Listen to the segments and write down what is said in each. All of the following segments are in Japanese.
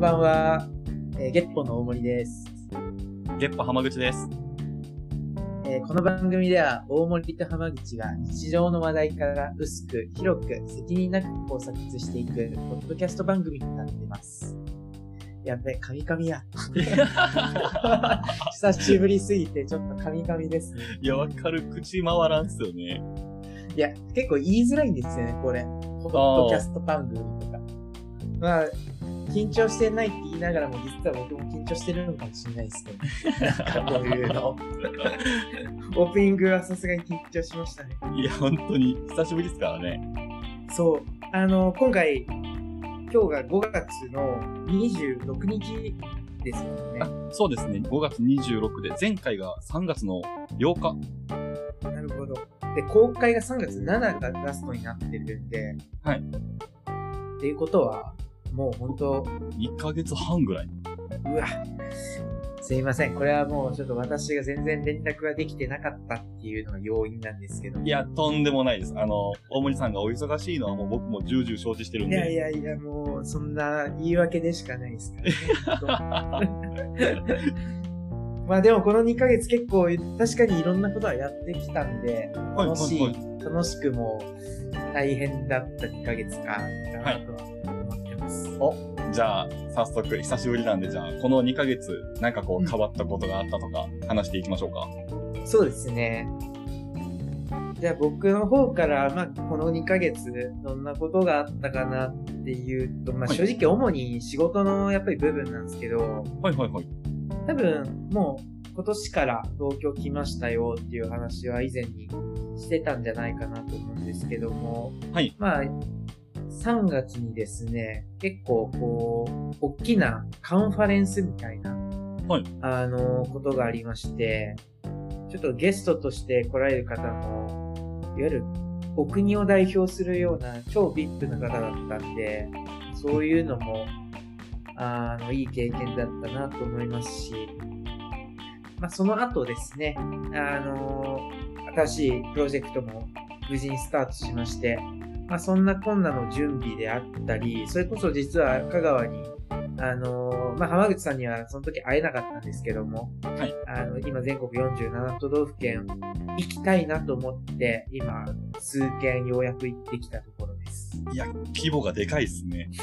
ばんは、えー、ゲッポの大森です、ゲッパ浜 口です。えーこの番組では大森と浜口が日常の話題から薄く広く責任なく考察していくポッドキャスト番組になっていますやべカミカミや久しぶりすぎてちょっとカミカミですねいや、わかる。口回らんっすよね。いや、結構言いづらいんですよね、これ。ポッドキャスト番組とか。まあ、緊張してないって言いながらも、実は僕も緊張してるのかもしれないですけど、なんかこういう の。オープニングはさすがに緊張しましたね。いや、本当に久しぶりですからね。そう。あの、今回、今日が5月の26日ですよね。そうですね。5月26で、前回が3月の8日。なるほど。で、公開が3月7がラストになってるんで、はい。っていうことは、もう本当、 1ヶ月半ぐらい。うわ、すいません。これはもうちょっと私が全然連絡ができてなかったっていうのが要因なんですけど。いや、とんでもないです。あの、大森さんがお忙しいのはもう僕も重々承知してるんいで。やいやいや、もうそんな言い訳でしかないですから ね。まあでもこの2ヶ月結構確かにいろんなことはやってきたんで、はい、は楽しい、い、はい。楽しくも大変だった2ヶ月間だなとは思ってます。じゃあ、早速、久しぶりなんで、じゃあ、この2ヶ月、なんかこう、変わったことがあったとか、話していきましょうか。そうですね。じゃあ僕の方から、まあ、この2ヶ月、どんなことがあったかなっていうと、まあ、はい正直主に仕事のやっぱり部分なんですけど、はい、はい、はい。多分もう今年から東京来ましたよっていう話は以前にしてたんじゃないかなと思うんですけども、はいまあ、3月にですね、結構こう、大きなカンファレンスみたいな、はいあの、ことがありまして、ちょっとゲストとして来られる方も、いわゆるお国を代表するような超 VIP な方だったんで、そういうのも、あの、いい経験だったなと思いますし、まあ、その後ですね、あの、新しいプロジェクトも無事にスタートしまして、まあ、そんなこんなの準備であったり、それこそ実は香川に、あのまあ、浜口さんにはその時会えなかったんですけども、はいあの、今全国47都道府県行きたいなと思って、今、数件ようやく行ってきたところです。いや、規模がでかいっすね。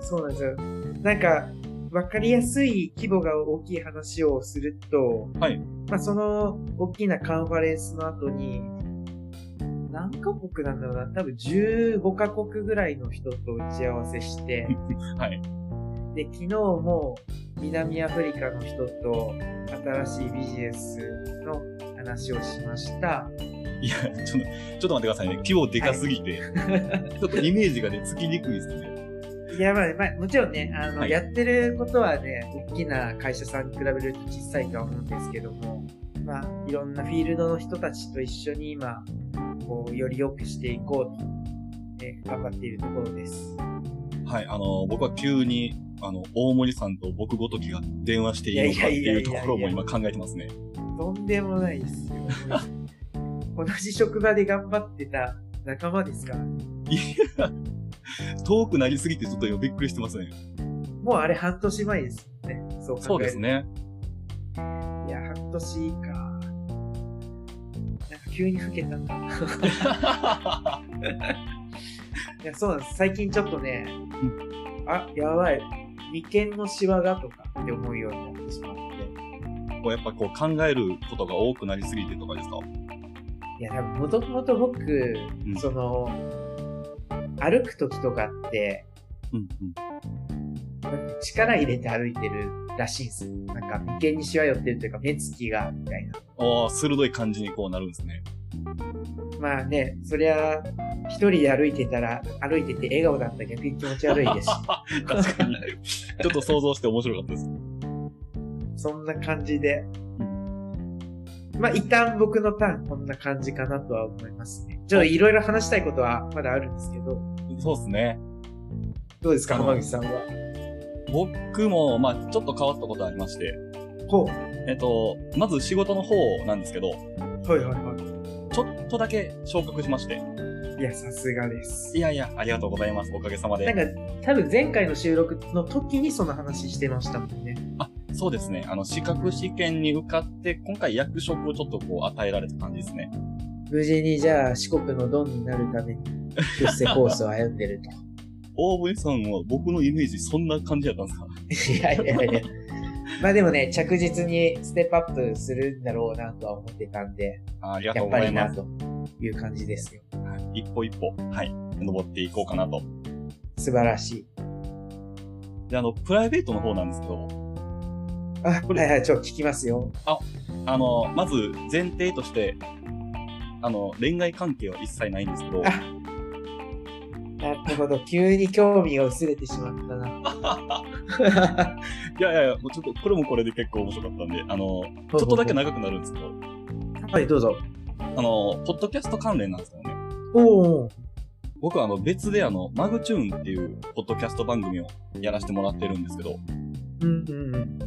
そうなんですよ。なんか、わかりやすい規模が大きい話をすると、はいまあ、その大きなカンファレンスの後に、何カ国なんだろうな、多分15カ国ぐらいの人と打ち合わせ して、はい。で、昨日も南アフリカの人と新しいビジネスの話をしました。いや、ちょっと、ちょっと待ってくださいね。規模でかすぎて、ちょっとイメージがね、つきにくいですね。いや、まあ、まあ、もちろんね、あの、はいやってることはね、大きな会社さんに比べると小さいとは思うんですけども、まあ、いろんなフィールドの人たちと一緒に今、こう、より良くしていこうと、え頑張っているところです。はい、あの、僕は急に、あの、大森さんと僕ごときが電話していいのかっていやいやいやいいうやといやころも今考えてますね。とんでもないですよ。 同じ職場で頑張ってた仲間ですから、遠くなりすぎてちょっと今びっくりしてますね。もうあれ半年前ですよね。そう考えるとそうです。ね。いや、半年か。なんか急に老けたな。いや、そうなんです。最近ちょっとね、あ、やばい。眉間のシワがとかって思うようになってしまって。こうやっぱこう考えることが多くなりすぎてとかですかいや、多分もともと僕、んその、歩く時とかって、うんなんか力入れて歩いてるらしいんですよ。なんか眉間にシワ寄ってるというか、目つきが、みたいな。うん。ああ、鋭い感じにこうなるんですね。まあね、そりゃ、一人で歩いてたら、歩いてて笑顔だったら逆に気持ち悪い ですし。確かに。 ちょっと想像して面白かったです。そんな感じでう。まあ、一旦僕のターン、こんな感じかなとは思いますね。ちょっといろいろ話したいことはまだあるんですけど、そうですね。どうですか、あの浜口さんは。僕も、まあちょっと変わったことありまして、ほえっと、まず仕事の方なんですけど、う。はいはいはちょっとだけ昇格しまして。い。いや、さすがですい。やいや、ありがとうございます。おかげさまなんで。か、多分前回の収録の時にその話してましたもんね。あ、そうですね。あの、資格試験に受かって、今回役職をちょっとこう与えられた感じですね。無事にじゃあ四国のドンになるために出世コースを歩んでると。大森さんは僕のイメージそんな感じやったんですかいやいやいや。まあでもね、着実にステップアップするんだろうなとは思ってたんで、あありがとやうっごぱざりいなます。という感じですよ。はい一歩一歩、はい、登っていこうかなと。素晴らしい。で、あの、プライベートの方なんですけど、あ、はこいれはい、ちょ、聞きますよ。あの、まず前提として、あの、恋愛関係は一切ないんです けど、あなるほど、急に興味が薄れてしま ったな。いやいやいや、もうちょっと、これもこれで結構面白かったんで、あの、ちょっとだけ長くなるんですけど、はい、どうぞ。あの、ポッドキャスト関連なんですけどね、おお、僕はあの、別であの、マグチューンっていうポッドキャスト番組をやらせてもらってるんですけど、うんうんうん。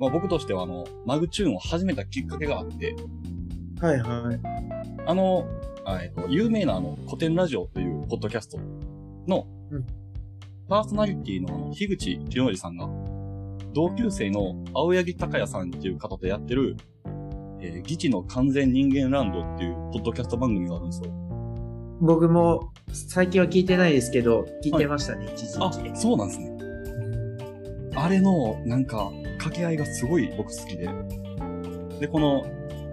まあ僕としてはあの、マグチューンを始めたきっかけがあって、はいはい。あの、あえっと、有名なあの、古典ラジオというポッドキャストのうん、パーソナリティのあの樋口清則さんが、同級生の青柳高也さんっていう方とやってる、えー、義地の完全人間ランドっていうポッドキャスト番組があるんですよ。僕も最近は聞いてないですけど、聞いてましたね、一時あ、期。そうなんですね。あれの、なんか、掛け合いがすごい僕好きで。で、この、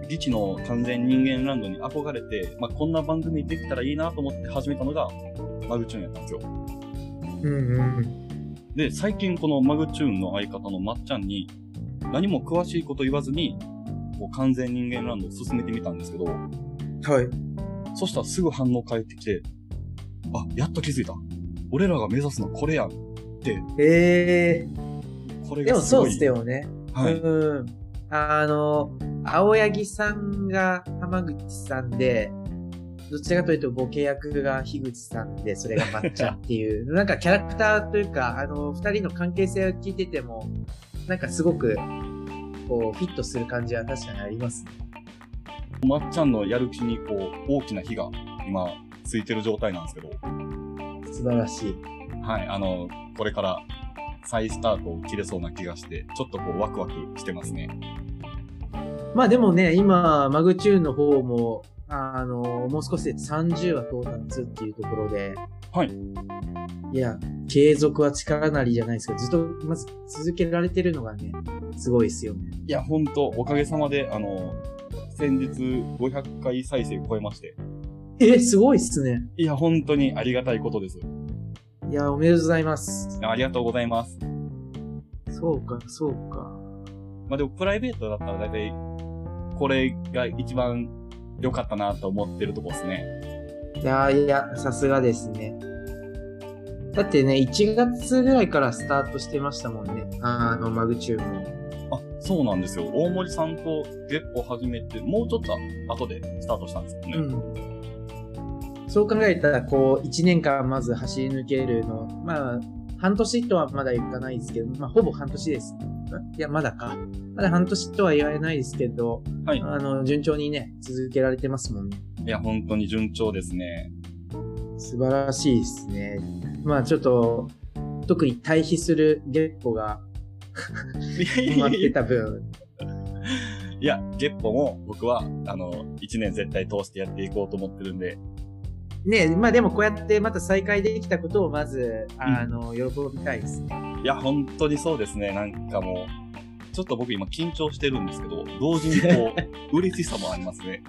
義地の完全人間ランドに憧れて、まあ、こんな番組できたらいいなと思って始めたのが、マグチューンやったんですよ。うんうんで、最近このマグチューンの相方のまっちゃんに、何も詳しいこと言わずに、こう完全人間ランドを進めてみたんですけど、うん。はい。そしたらすぐ反応返ってきて、あ、やっと気づいた。俺らが目指すのこれやん。えこれー、でがもすそごうい。っすよね。はい。うん。あの、青柳さんが浜口さんで、どちらかというとボケ役が樋口さんで、それが抹茶っていう、 なんかキャラクターというか、あの、二人の関係性を聞いてても、なんかすごく、こう、フィットする感じは確かにありますね。まっちゃんのやる気にこう、大きな火が今、ついてる状態なんですけど、素晴らしい。はい。あの、これから再スタートを切れそうな気がして、ちょっとこうワクワクしてますね。まあでもね、今、マグチューンの方も、あの、もう少しで30話到達っていうところで。はい。いや、継続は力なりじゃないですけど、ずっと、まず続けられてるのがね、すごいですよね。いや、ほんと、おかげさまで、あの、先日500回再生超えまして。え、すごいっすね。いや、本当にありがたいことです。いや、おめでとうございます。ありがとうございます。そうか、そうか。まあでも、プライベートだったら大体、これが一番良かったなと思ってるとこですね。いやいや、さすがですね。だってね、1月ぐらいからスタートしてましたもんね。あの、マグチューンも。あ、そうなんですよ。大森さんと結構始めて、もうちょっと後でスタートしたんですけどね。うん、そう考えたらこう1年間まず走り抜けるのまあ半年とはまだいかないですけど、まあ、ほぼ半年です。んいや、まだか。まだ半年とは言われないですけど、はいあの、順調にね、続けられてますもんね。いや、本当に順調ですね。素晴らしいですね。まあ、ちょっと、特に対比する月歩が決まってた分、 いや、月歩も僕は、あの、一年絶対通してやっていこうと思ってるんで、ね、まあでもこうやってまた再開できたことをまず、あの、喜びたいですね。いや、本当にそうですね。なんかもう、ちょっと僕今緊張してるんですけど、同時にこう、嬉しさもありますね。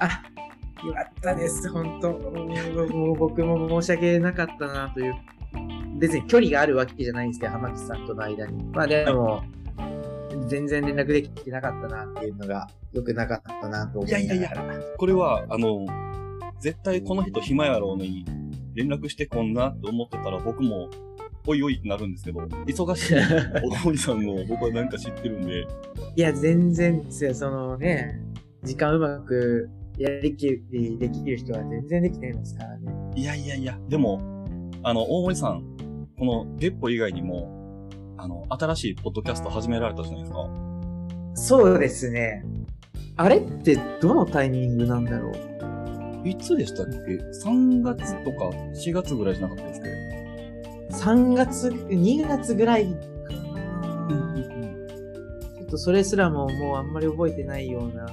よかったです、本当もう僕も申し訳なかったなという。別に距離があるわけじゃないんですけど、浜口さんとの間に。まあでも、全然連絡できてなかったなっていうのが、良くなかったなと思いながら。いやいやいこれは、あの、絶対この人暇やろうのに、連絡してこんなって思ってたら僕も、おいおいってなるんですけど、忙しい お森さんの僕はなんか知ってるんで、 いや、全然ですよ、そのね、時間うまくやりきりできる人は全然できてますからね。いやいやいや、でも、あの、大森さん、この月歩以外にも、あの、新しいポッドキャスト始められたじゃないですか。そうですね。あれってどのタイミングなんだろういつでしたっけ ?3 月とか4月ぐらいじゃなかったですけど。 3月、2月ぐらいかな、ちょっとそれすらももうあんまり覚えてないような。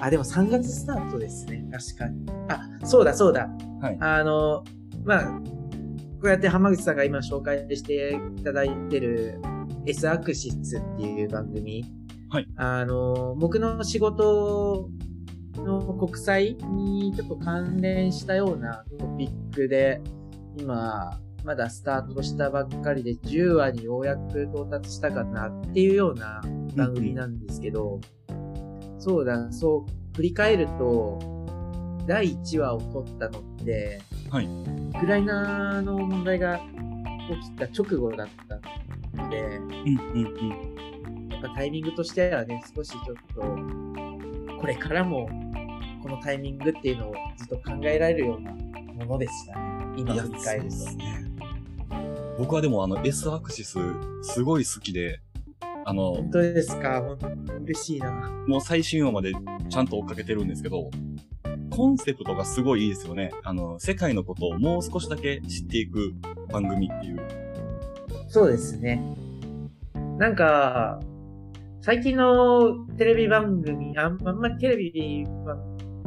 あ、でも3月スタートですね。確かに。あ、そうだそうだ。はいあの、まあ、こうやって浜口さんが今紹介していただいてる S アクシスっていう番組。はい。あの、僕の仕事の国際にちょっと関連したようなトピックで、今、まだスタートしたばっかりで10話にようやく到達したかなっていうような番組なんですけど、そうだ、そう、振り返ると、第1話を撮ったのって、はいウクライナの問題が起きた直後だったので、うんうんうん。やっぱタイミングとしてはね、少しちょっと、これからも、このタイミングっていうのをずっと考えられるようなものでしたね。今振り返ると。そうっね。僕はでもあの S アクシスすごい好きで、あの本、当ですか本当嬉しいな。もう最新話までちゃんと追っかけてるんですけど、コンセプトがすごいいいですよね。あの、世界のことをもう少しだけ知っていく番組っていう。そうですね。なんか、最近のテレビ番組、あんあんまりテレビは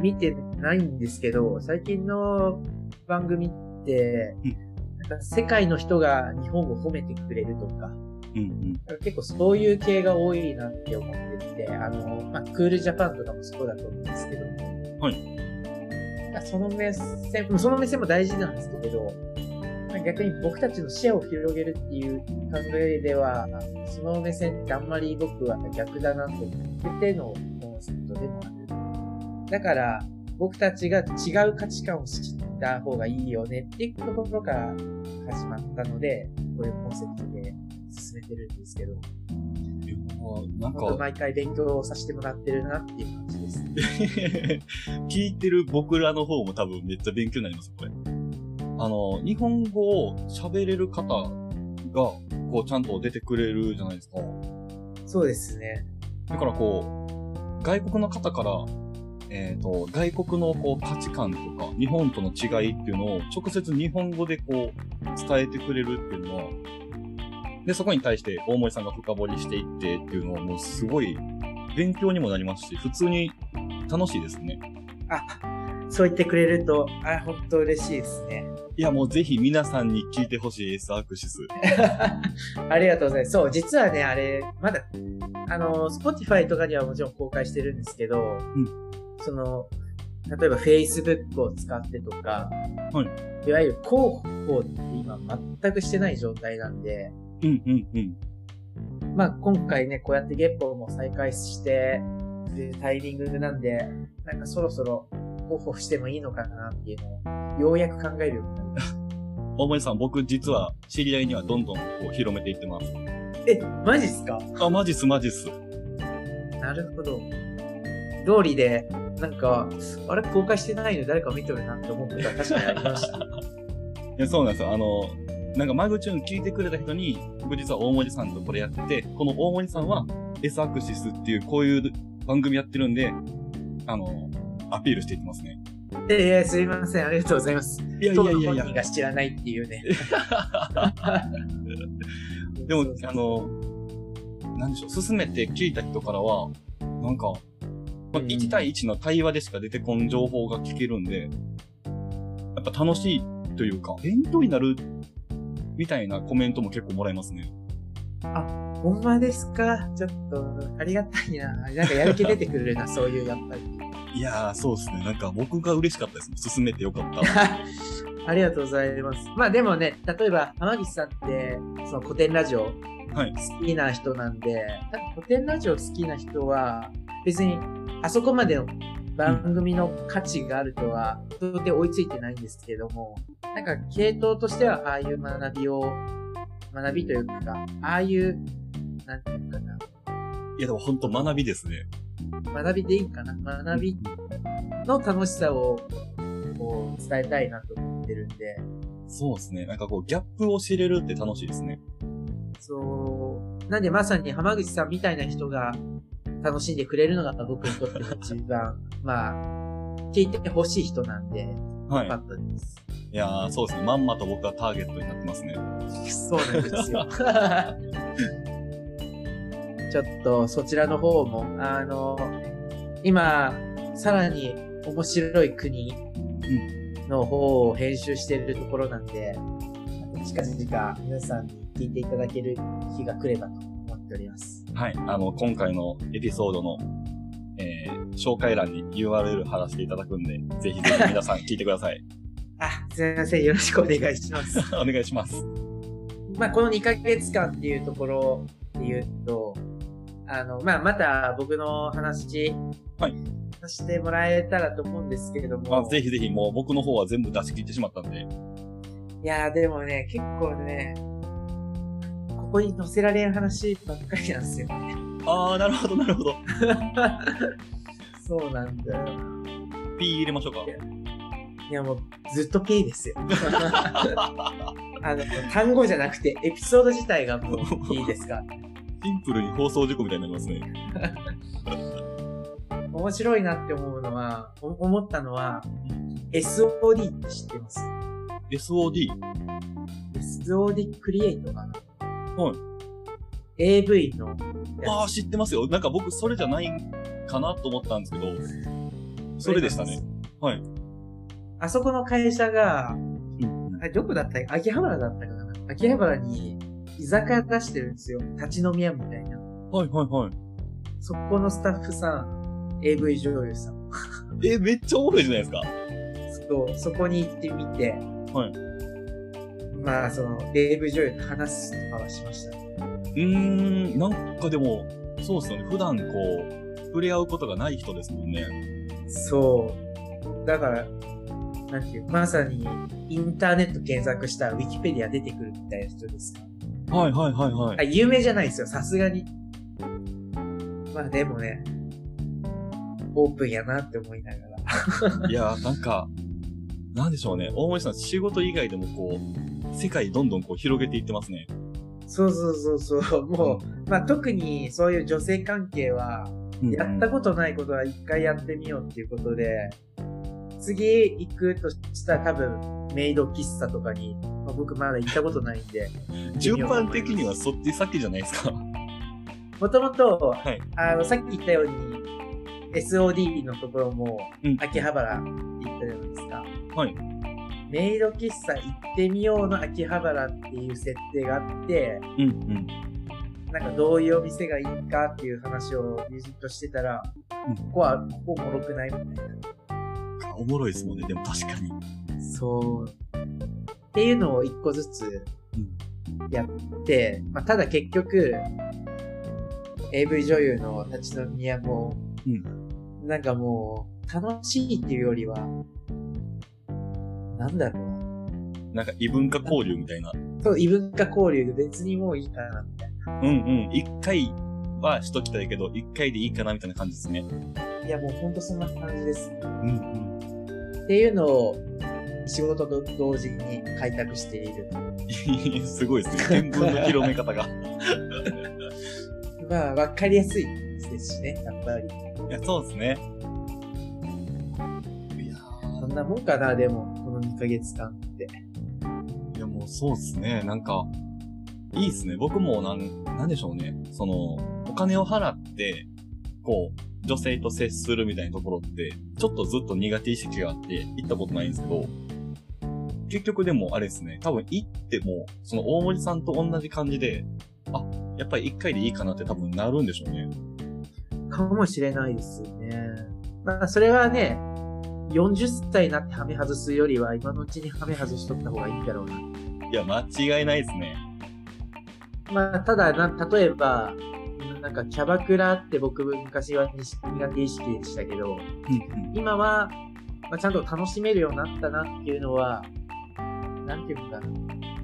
見てないんですけど、最近の番組ってう、なんか世界の人が日本を褒めてくれるとか、うん結構そういう系が多いなって思ってて、あの、まあ、クールジャパンとかもそうだと思うんですけど、。はいなんかその目線、その目線も大事なんですけど、まあ逆に僕たちの視野を広げるっていう考えでは、その目線ってあんまり僕は逆だなと思っててのコンセプトでもある。だから、僕たちが違う価値観を知った方がいいよねっていうところから始まったので、こういうコンセプトで進めてるんですけど、うん。いやーなん本当か、毎回勉強をさせてもらってるなっていう感じです。 聞いてる僕らの方も多分めっちゃ勉強になります、これ。あの、日本語を喋れる方が、こう、ちゃんと出てくれるじゃないですか。そうですね。だからこう、外国の方から、えっ、と、外国のこう価値観とか、日本との違いっていうのを直接日本語でこう、伝えてくれるっていうのは、で、そこに対して大森さんが深掘りしていってっていうのはもうすごい勉強にもなりますし、普通に楽しいですね。そう言ってくれると、あ、本当嬉しいですね。いや、もうぜひ皆さんに聞いてほしいエスアクシス。ありがとうございます。そう、実はね、あれ、まだ、あの、Spotify とかにはもちろん公開してるんですけど、んその、例えば Facebook を使ってとか、、はいわゆる広報って今全くしてない状態なんで、うんうんうん。まあ今回ね、こうやって月報も再開して、でタイミングなんで、なんかそろそろ広報してもいいのかなっていうのを、ようやく考えるようになりまし大森さん、僕実は知り合いにはどんどんこう広めていってます。た。え、マジっすかあ、マジっすマジっす。なるほど。道理で、なんか、あれ公開してないの誰か見てるなって思うことは確かにありました。いやそうなんですよ。あの、なんかマグチューン聞いてくれた人に、僕実は大森さんとこれやってて、この大森さんは S アクシスっていうこういう番組やってるんで、あの、アピールしていってますね。えいや、すいません。ありがとうございます。いやい当やのいや本いや人。が知らないっていうね。でもそうそう、あの、なんでしょう、進めて聞いた人からは、なんか、まうあ、ん1対1の対話でしか出てこん情報が聞けるんで、やっぱ楽しいというか、勉強になるみたいなコメントも結構もらえますね。ほんまですかちょっと、ありがたいな。なんかやる気出てくるな、そういう、やっぱり。いやー、そうですね。なんか僕が嬉しかったですね。進めてよかった。 ありがとうございます。まあでもね、例えば浜口さんって、その古典ラジオはい好きな人なんで、多分古典ラジオ好きな人は、別にあそこまでの番組の価値があるとは、到底追いついてないんですけども、なんか系統としては、ああいう学びを、学びというか、ああいう、なんていうかな、いや、でも本当学びですね。学びでいいんかな学びの楽しさを、こう、伝えたいなと思ってるんで、そうですね。なんかこう、ギャップを知れるって楽しいですね。そう。なんでまさに浜口さん みたいな人が楽しんでくれるのが僕にとっての一番、まあ、っていてほしい人なんで、よはい。かったです。いやー、そうですね。まんまと僕はターゲットになってますね。そうなんです よ。ちょっとそちらの方も、あの、今、さらに面白い国の方を編集してるところなんで、近々皆さんに聞いていただける日が来ればと思っております。はい。あの、今回のエピソードの、えー紹介欄に URL 貼らせていただくんで、ぜひぜひ皆さん聞いてくだ さい。あ、すみません。よろしくお願いします。 お願いします。まあ、この2ヶ月間っていうところで言うと、あの、まあ、また僕の話、はいさせてもらえたらと思うんですけれどまあ、も、ぜひぜひもう僕の方は全部出し切ってしまったんで、いやーでもね、結構ね、ここに載せられん話ばっかりなんですよ。あー、なるほど、なるほど。そうなんだよ。 P 入れましょうか。いやもう、ずっと P ですよ。 あの、単語じゃなくて、エピソード自体がもう P ですか。シンプルに放送事故みたいになりますね。面白いなって思うのは、お思ったのは、SOD って知ってます SOD。 ?SOD クリエイトかな。はい AV のあやー、知ってますよ。なんか僕それじゃないかなと思ったんですけど、つ。それでしたね。。はい。あそこの会社が、うんあれどこだったっけ秋葉原だったかな秋葉原に居酒屋出してるんですよ。立ち飲み屋みたいな。はいはいはい。そこのスタッフさん、AV 女優さん。え、めっちゃおもろいじゃないですか。そう、そこに行ってみて。。はいまあ、その、AV 女優と話すとかはしました。うーん、なんかでも、そうですよね。普段こう、触れ合うことがない人ですもんね。そう。だから、なんていう、まさに、インターネット検索したらウィキペディア出てくるみたいな人ですかはいはいはいはい。あ、有名じゃないですよ、さすがに。まあでもね、オープンやなって思いながら。い、やー、なんか、なんでしょうね。大森さん、仕事以外でもこう、世界どんどんこう広げていってますね。そうそうそうそう。もう、まあ特にそういう女性関係は、うんやったことないことは一回やってみようっていうことで、次行くとしたら多分、メイド喫茶とかに、まあ僕まだ行ったことないんで、 順番的にはそっち先じゃないですか。もともと、はいあの、さっき言ったように、SOD のところもうん、秋葉原って言ったじゃないですか。はいメイド喫茶行ってみようの秋葉原っていう設定があって、うん うん。なんかどういうお店がいいかっていう話を友人としてたら、うんここは、ここもろくないみたいおもろいですもんね。でも確かに。な。そう。っていうのを一個ずつやって、まあ、ただ結局、AV 女優の立ち飲み屋も、なんかもう、楽しいっていうよりは、なんだろうな。なんか異文化交流みたいな。そう、異文化交流で別にもういいかな。うんうん。一回はしときたいけど、一回でいいかなみたいな感じですね。いや、もうほんとそんな感じです。うんっていうのを、仕事と同時に開拓している。うん。 すごいですね。見聞の広め方 が。まあ、わかりやすいですしね、やっぱり。いや、そうですね。いやそんなもんかな、でも、この2ヶ月間って。ーいやもうそうですね。なんか、いいですね。僕もなん、なんでしょうね。その、お金を払って、こう、女性と接するみたいなところって、ちょっとずっと苦手意識があって、行ったことないんですけど、結局でもあれですね。多分行っても、その大森さんと同じ感じで、あ、やっぱり一回でいいかなって多分なるんでしょうね。かもしれないですよね。まあ、それはね、40歳になってハメ外すよりは、今のうちにハメ外しとった方がいいんだろうな。いや、間違いないですね。まあ、ただな、例えば、なんかキャバクラって僕昔は苦手意識でしたけど、今は、まあ、ちゃんと楽しめるようになったなっていうのは、なんていうのかな、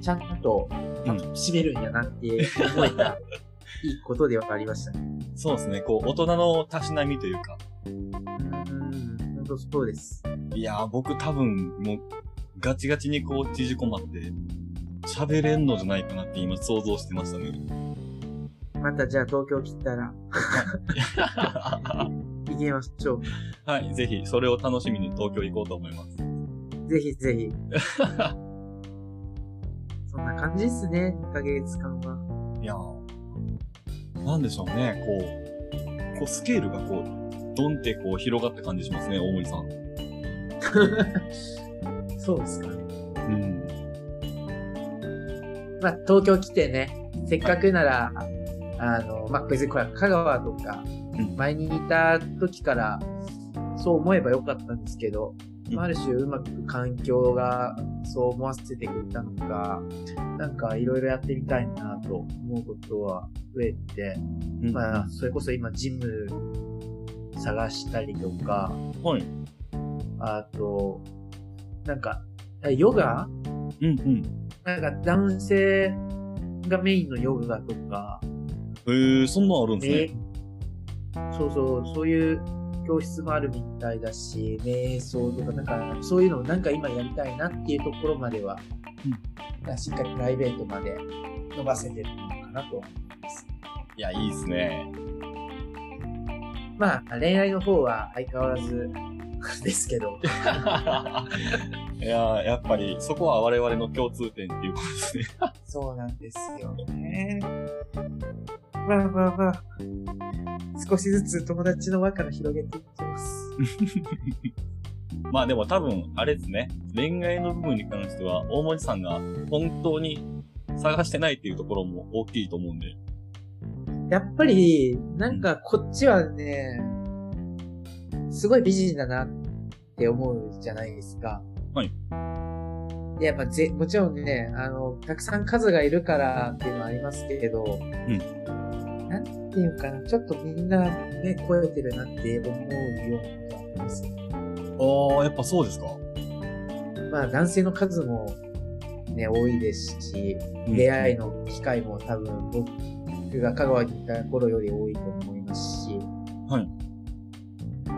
ちゃんと楽しめるんやなって思えた、いいことではありましたね。そうですね。こう、大人のたしなみというか、うん、本当そうです。いやー、僕多分、もう、ガチガチにこう、縮こまって、喋れんのじゃないかなって今想像してましたね。 またじゃあ東京来たら、聞いてみましょはい、ぜひ、それを楽しみに東京行こうと思います。う。ぜひぜひ。そんな感じですね、2ヶ月間は。いやーなんでしょうね、こう、こうスケールがこう、ドンってこう広がった感じしますね、大森さん。そうですかね。うん。まあ、東京来てね、せっかくなら、あの、まあ、別にこれは香川とかうん、前にいた時から、そう思えばよかったんですけど、うんまあある種うまく環境がそう思わせてくれたのか、なんかいろいろやってみたいなと思うことは増えて、まあ、まあ、それこそ今ジム探したりとか、はい。あと、なんか、ヨガうんうん。なんか男性がメインのヨガとか、えー、そんなんあるんですね。そうそう、そういう教室もあるみたいだし、瞑想とか、なんか、そういうのをなんか今やりたいなっていうところまでは、しっかりプライベートまで伸ばせてるのかなと。いや、いいですね。 まあ、恋愛の方は相変わらずですけど、いやーやっぱり、そこは我々の共通点っていうことですね。 そうなんですよね。まあまあまあ、少しずつ友達の輪から広げていきます。まあでも多分、あれですね。恋愛の部分に関しては、大森さんが本当に探してないっていうところも大きいと思うんで。やっぱり、なんかこっちはね、すごい美人だなって思うじゃないですか。はい。で、やっぱぜ、もちろんね、あの、たくさん数がいるからっていうのはありますけれど、んなんていうかな、ちょっとみんなね、超えてるなって思うようなことがあります。ああ、やっぱそうですか。まあ、男性の数もね、多いですし、うん出会いの機会も多分僕が香川にいた頃より多いと思いますし、はい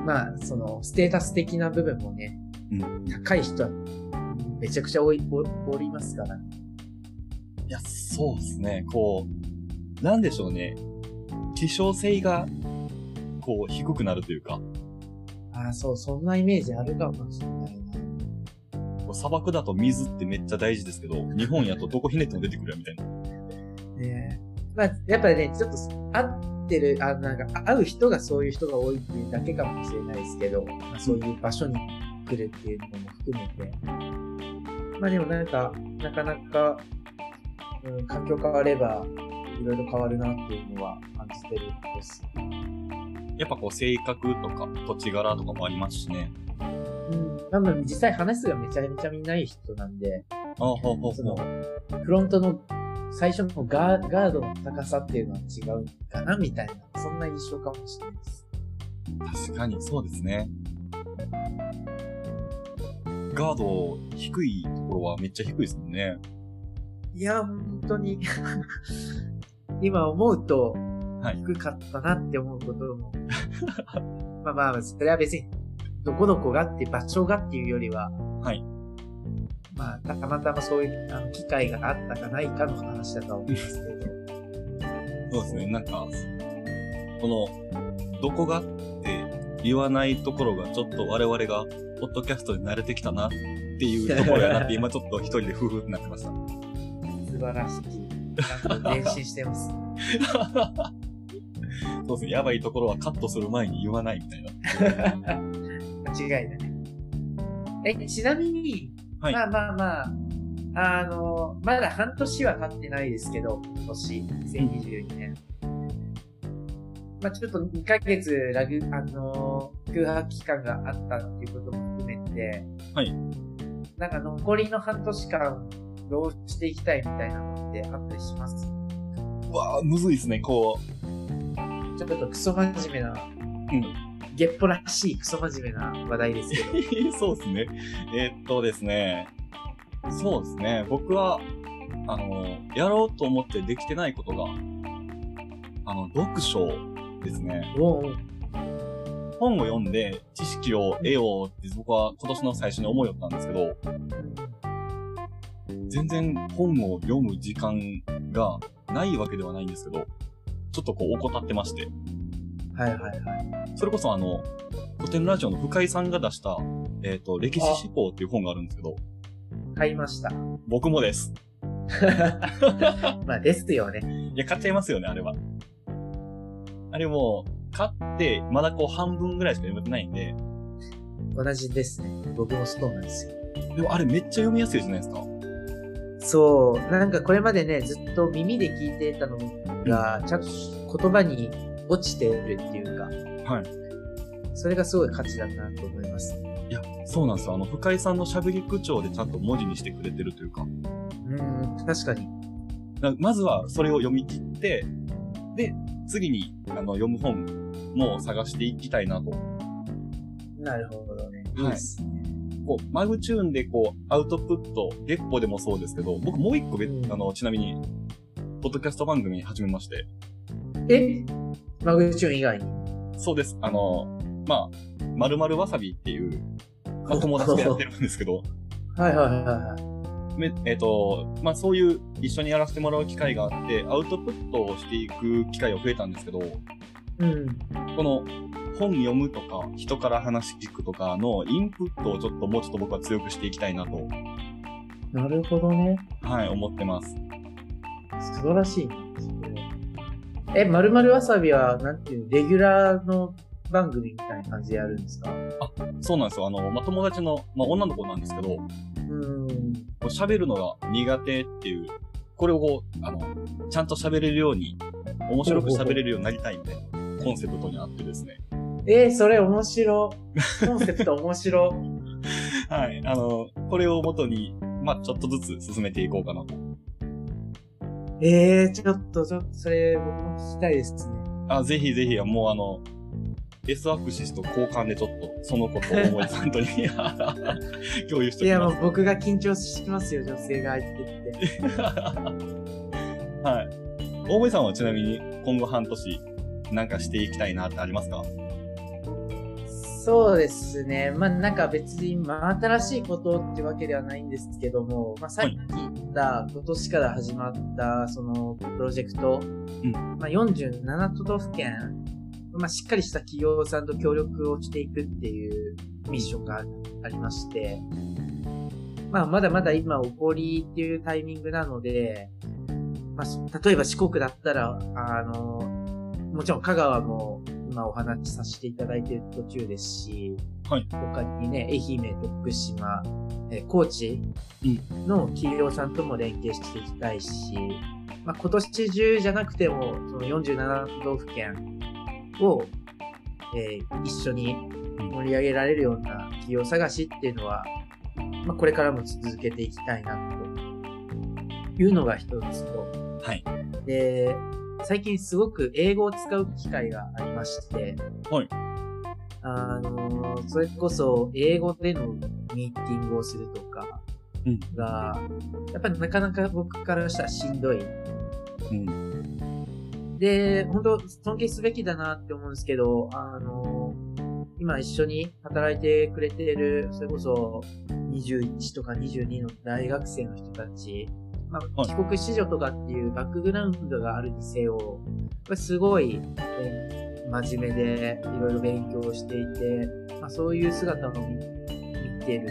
まあ、その、ステータス的な部分もね、うん高い人はめちゃくちゃ多い、おおりますから。いや、そうですね。こう、なんでしょうね。希少性が、こう、低くなるというか、ああ、そう、そんなイメージあるかもしれないな。こう砂漠だと水ってめっちゃ大事ですけど、日本やとどこひねっても出てくるやみたいな。ねまあ、やっぱりね、ちょっと、合ってる、あの、なんか、会う人がそういう人が多いっていうだけかもしれないですけど、まあ、そういう場所に来るっていうのも含めて。まあでもなんか、なかなか、うん、環境変われば、いろいろ変わるなっていうのは感じてるんです。やっぱこう、性格とか、土地柄とかもありますしね。うん。多分、実際話すがめちゃめちゃみんない人なんで、ああ、ほうほうそのほう。、フロントの最初のガーガードの高さっていうのは違うかな、みたいな、そんな印象かもしれないです。確かに、そうですね。ガード、低いところはめっちゃ低いですもんね。いや、本当に、 今思うとはい、低かったなって思うこと も。まあまあ、それは別に、どこどこがって、場所がっていうよりは、はい。まあ、たまたまそういうあの機会があったかないかの話だとは思うんですけど。 そうですね。なんか、この、どこがって言わないところが、ちょっと我々が、ポッドキャストで慣れてきたなっていうところやなって、今ちょっと一人で夫婦になってました。素晴らしい。 なんか練習してます。そうですね。やばいところはカットする前に言わないみたいな。 間違いない。え、ちなみに、はいまあまあまあ、あの、まだ半年は経ってないですけど、今年、2022年。まあちょっと2ヶ月ラグ、あの空白期間があったっていうことも含めて、はい。なんか残りの半年間、どうしていきたいみたいなのってあったりしますうわぁ、むずいですね。こちょっとクソ真面目な、んゲッポらしいクソ真面目な話題ですけど。う。 そうですね。えーっとですね。そうですね。僕は、あの、やろうと思ってできてないことが、あの、読書ですね。 おうおう本を読んで、知識を得ようって僕は今年の最初に思いよったんですけど、全然本を読む時間がないわけではないんですけど、ちょっとこう怠ってまして。はいはいはい。それこそあの、古典ラジオの深井さんが出した、えっ、と、歴史思考っていう本があるんですけど、買いました。僕もです。まあですよね。いや、買っちゃいますよね、あれは。あれもう、買って、まだこう半分ぐらいしか読めてないんで、同じですね。僕もそうなんですよ。でもあれめっちゃ読みやすいじゃないですか。そう。なんかこれまでね、ずっと耳で聞いてたのが、ちゃんと言葉に落ちてるっていうか。はい。それがすごい価値だなと思います。いや、そうなんですよ。あの、深井さんの喋り口調でちゃんと文字にしてくれてるというか、うん、確かに。だからまずはそれを読み切って、で、次に、あの、読む本も探していきたいなと。なるほどね。はいいいっすね。こう、マグチューンでこう、アウトプット、月歩でもそうですけど、僕もう一個別、うんあの、ちなみに、ポッドキャスト番組始めまして、えマグチューン以外に。そうです。あの、まあ、まるまるわさびっていう、まあ、友達でやってるんですけど、はいはいはいはい。めえっ、と、まあ、そういう一緒にやらせてもらう機会があって、アウトプットをしていく機会が増えたんですけど、うん。この本読むとか、人から話聞くとかのインプットをちょっともうちょっと僕は強くしていきたいなと、なるほどね。はい、思ってます。素晴らしいな。それえ、まるまるわさびは、なんていうの、レギュラーの番組みたいな感じでやるんですかそうなんですよ。あの、まあ、友達の、まあ、女の子なんですけど、うん。喋るのが苦手っていう、これをこう、あの、ちゃんと喋れるように、面白く喋れるようになりたいんで、コンセプトにあってですね。えーそれ面白。コンセプト面白。はい。あの、これを元に、まあ、ちょっとずつ進めていこうかなと。 えー、ちょっと、ちょっと、それ、僕も聞きたいですね。あ、ぜひぜひ、もうあの、S アクシスと交換でちょっと、そのことを思いさんとに、 共有しいてや、おもきう僕が緊張しますよ、女性が入ってきて。ます。はい。大森さんはちなみに、今後半年、なんかしていきたいなってありますかそうですね。まあ、なんか別に真新しいことってわけではないんですけども、まあ、さっき言った今年から始まった、その、プロジェクト、うんまあ、47都道府県、まあ、しっかりした企業さんと協力をしていくっていうミッションがありまして、まあ、まだまだ今起こりっていうタイミングなので、まあ、そ例えば四国だったら、あの、もちろん香川も今お話しさせていただいてる途中ですし、はい他にね、愛媛、徳島、えー高知の企業さんとも連携していきたいし、まあ、今年中じゃなくても、その47都道府県を、えー一緒に盛り上げられるような企業探しっていうのは、まあ、これからも続けていきたいなというのが一つと、はい。で、最近すごく英語を使う機会がありまして、はい。あのー、それこそ英語でのミーティングをするとかうんが、やっぱりなかなか僕からしたらしんどい。うん。で、本当尊敬すべきだなって思うんですけど、あのー、今一緒に働いてくれてる、それこそ21とか22の大学生の人たち、まあ、はい帰国子女とかっていうバックグラウンドがあるにせよ、これすごい、えー真面目でいろいろ勉強していて、まあ、そういう姿を見見てる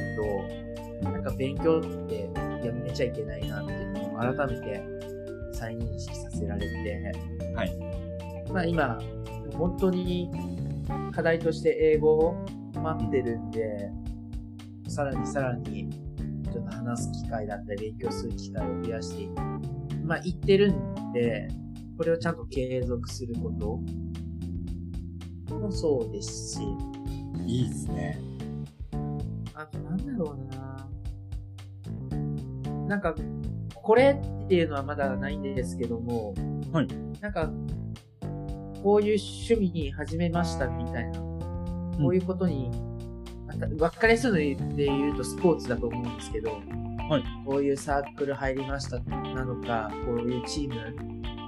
と、なんか勉強ってやめちゃいけないなっていうのを改めて再認識させられて、はい。まあ今、本当に課題として英語を待ってるんで、さらにさらに、ちょっと話す機会だったり、勉強する機会を増やしていく。まあ、言ってるんで、これをちゃんと継続することもそうですし、いいですね。あとなんだろうななんか、これっていうのはまだないんですけども、はい。。なんか、こういう趣味に始めましたみたいな、こういうことに、なんか分かりやすいので言うとスポーツだと思うんですけど、はいこういうサークル入りましたなのか、こういうチーム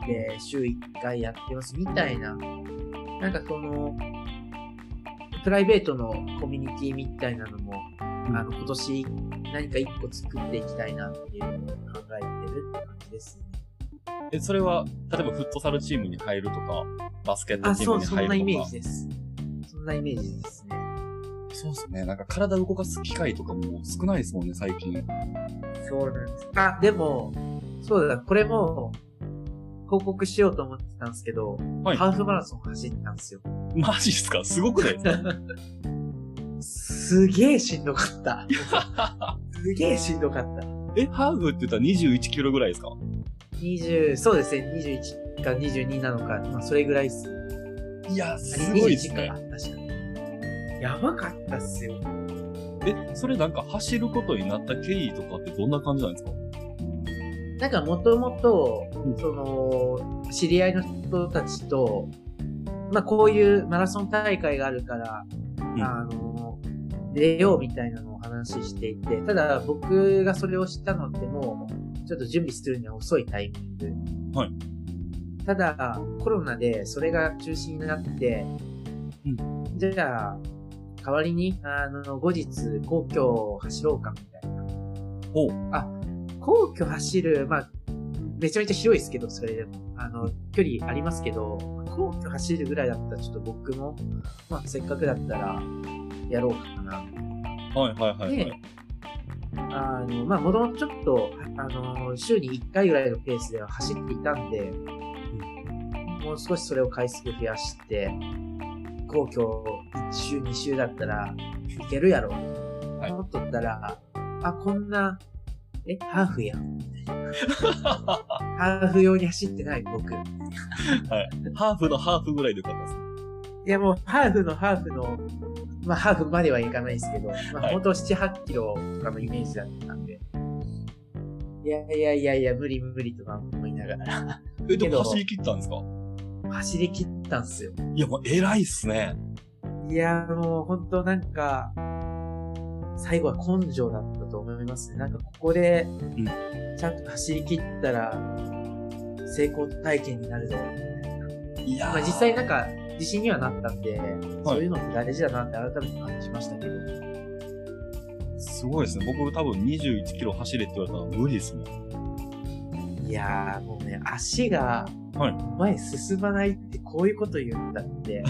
で週1回やってますみたいな、なんかその、プライベートのコミュニティみたいなのも、あの、今年何か一個作っていきたいなっていうのを考えてるって感じですね。え、それは、例えばフットサルチームに入るとか、バスケットあ、チそームう、にそ入んるとか。なイメージです。そんなイメージですね。そうですね。なんか体動かす機会とかも少ないですもんね、最近。 そうなんです。あ、でも、そうだ、これも、報告しようと思ってたんですけど、はいハーフマラソン走ったんですよ。マジっすかすごくないですかすげえしんどかった。すげえしんどかった。え、ハーフって言ったら21キロぐらいですか20、そうですね、21か22なのか、まあ、それぐらいっす。いや、すあれごいですね21。か確かに。やばかったっすよ。え、それなんか走ることになった経緯とかってどんな感じなんですかなんかもともとうん、その、知り合いの人たちと、まあこういうマラソン大会があるから、んあの、出ようみたいなのをお話ししていて、ただ僕がそれを知ったのってもう、ちょっと準備するには遅いタイミング。はい。ただ、コロナでそれが中止になって、うじゃあ、代わりに、あの、後日、皇居を走ろうかみたいな。ほう。皇居走る、まあ、めちゃめちゃ広いですけど、それでも。あの、距離ありますけど、皇居走るぐらいだったら、ちょっと僕も、まあ、せっかくだったら、やろうかな。はいはいはい、はいで。あの、まあ、もともとちょっと、あの、週に1回ぐらいのペースでは走っていたんで、もう少しそれを回数増やして、皇居1週、2週だったらいけるやろ、い思っとったら、あ、こんな、え、ハーフや ん。ハーフ用に走ってない僕。いハーフのハーフぐらいでよかったです。やもう、ハーフのハーフの、まあ、ハーフまではいかないですけど、まはあ、いほんと7、8キロとかのイメージだったんで、いやいやいやいや、無理無理とか思いながら、え、でけもど走り切ったんですか走り切ったんすよ。いや、もう偉いっすね。いやーもう本当なんか、最後は根性だったと思いますね。なんかここでん、ちゃんと走り切ったら、成功体験になるぞ。いやーまあ実際なんか、自信にはなったんで、そういうのって大事だなって改めて感じましたけど。すごいですね。僕多分21キロ走れって言われたら無理ですもん。いやーもうね、足がはい、前進まないってこういうこと言うんだって、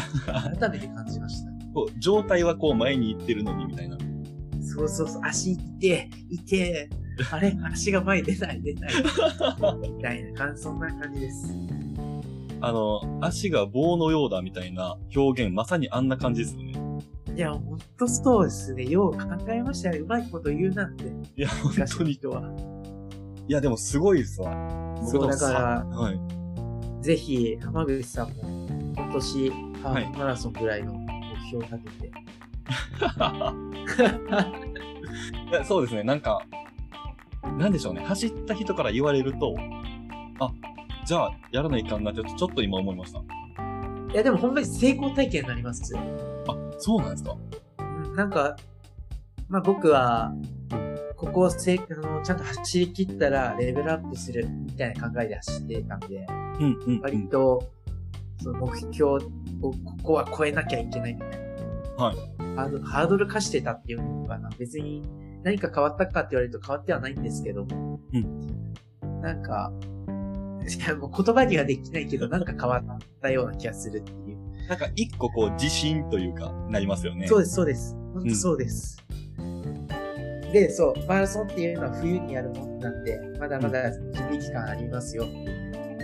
改めて感じました。こう状態はこう前に行ってるのにみたいな。そうそうそう、足いって、いて、あれ足が前に出ない、出ない。みたいな感じ、そんな感じです。あの、足が棒のようだみたいな表現、まさにあんな感じですよね。いや、ほんとそうですね。よう考えましたね。うまいこと言うなんて。いや、本昔当のに。い人は。や、でもすごいですわ。そう僕だから、さはい。ぜひ、浜口さんも、今年、ハはいーフマラソンぐらいの目標を立てて。い やそうですね、なんか、なんでしょうね、走った人から言われると、あ、じゃあ、やらないかんなって、ちょっと今思いました。い、や、でもほんまに成功体験になりますよ。あ、そうなんですかうんなんか、まあ僕は、ここをせあのちゃんと走り切ったらレベルアップするみたいな考えで走ってたんで、うん、うん、う割ん。と、その目標をここは超えなきゃいけないみたいな。はいハード。ハードル化してたっていうのかな。別に何か変わったかって言われると変わってはないんですけども。。うんなんか、いやもう言葉にはできないけど、なんか変わったような気がするっていう。なんか、一個こう、自信というか、なりますよね。そううです、そうです。本当そうです。で、そう、マラソンっていうのは冬にやるもんなんで、まだまだ準備期間ありますよ。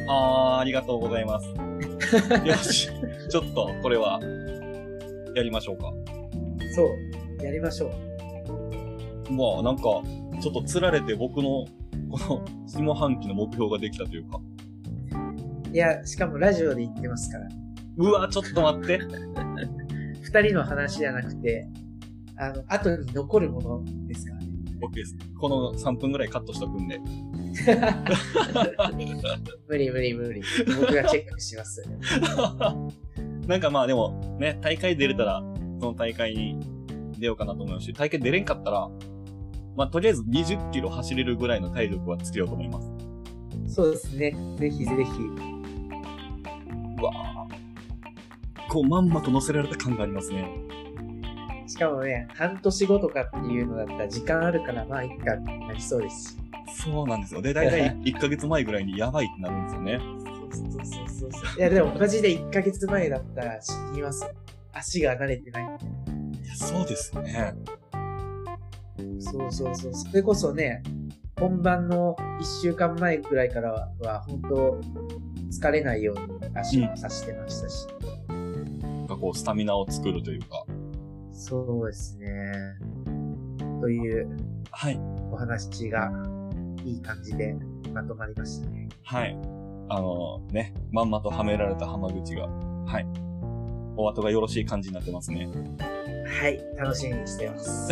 あー、ありがとうございます。よし、ちょっと、これは、やりましょうか。そう、やりましょう。まあ、なんか、ちょっと釣られて僕の、 この、下半期の目標ができたというか。いや、しかもラジオで言ってますから。うわ、ちょっと待って。二人の話じゃなくて、あの、後に残るものですからね。 OK です。この3分ぐらいカットしとくんで。無理無理無理。僕がチェックします。なんかまあでも、ね、大会出れたら、その大会に出ようかなと思いますし、大会出れんかったら、まあとりあえず20キロ走れるぐらいの体力はつけようと思います。そうですね。ぜひぜひ。こうまんまと乗せられた感がありますね。しかもね、半年後とかっていうのだったら時間あるから、まあ、いっかってなりそうですし。そうなんですよ。で、大 体1ヶ月前ぐらいにやばいってなるんですよね。そうそうそうそうそう。いや、でもマジで1ヶ月前だったら死にます。足が慣れてない。いや、そうですね。そうそうそう。それこそね、本番の1週間前くらいからは、本当疲れないように足もさしてましたし。なんかこう、スタミナを作るというか。そうですね。というはい。お話が、いい感じでまとまりましたね。はい。あのね、まんまとはめられた浜口が、はい。お後がよろしい感じになってますね。はい、楽しみにして ます。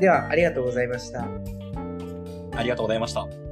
では、ありがとうございました。ありがとうございました。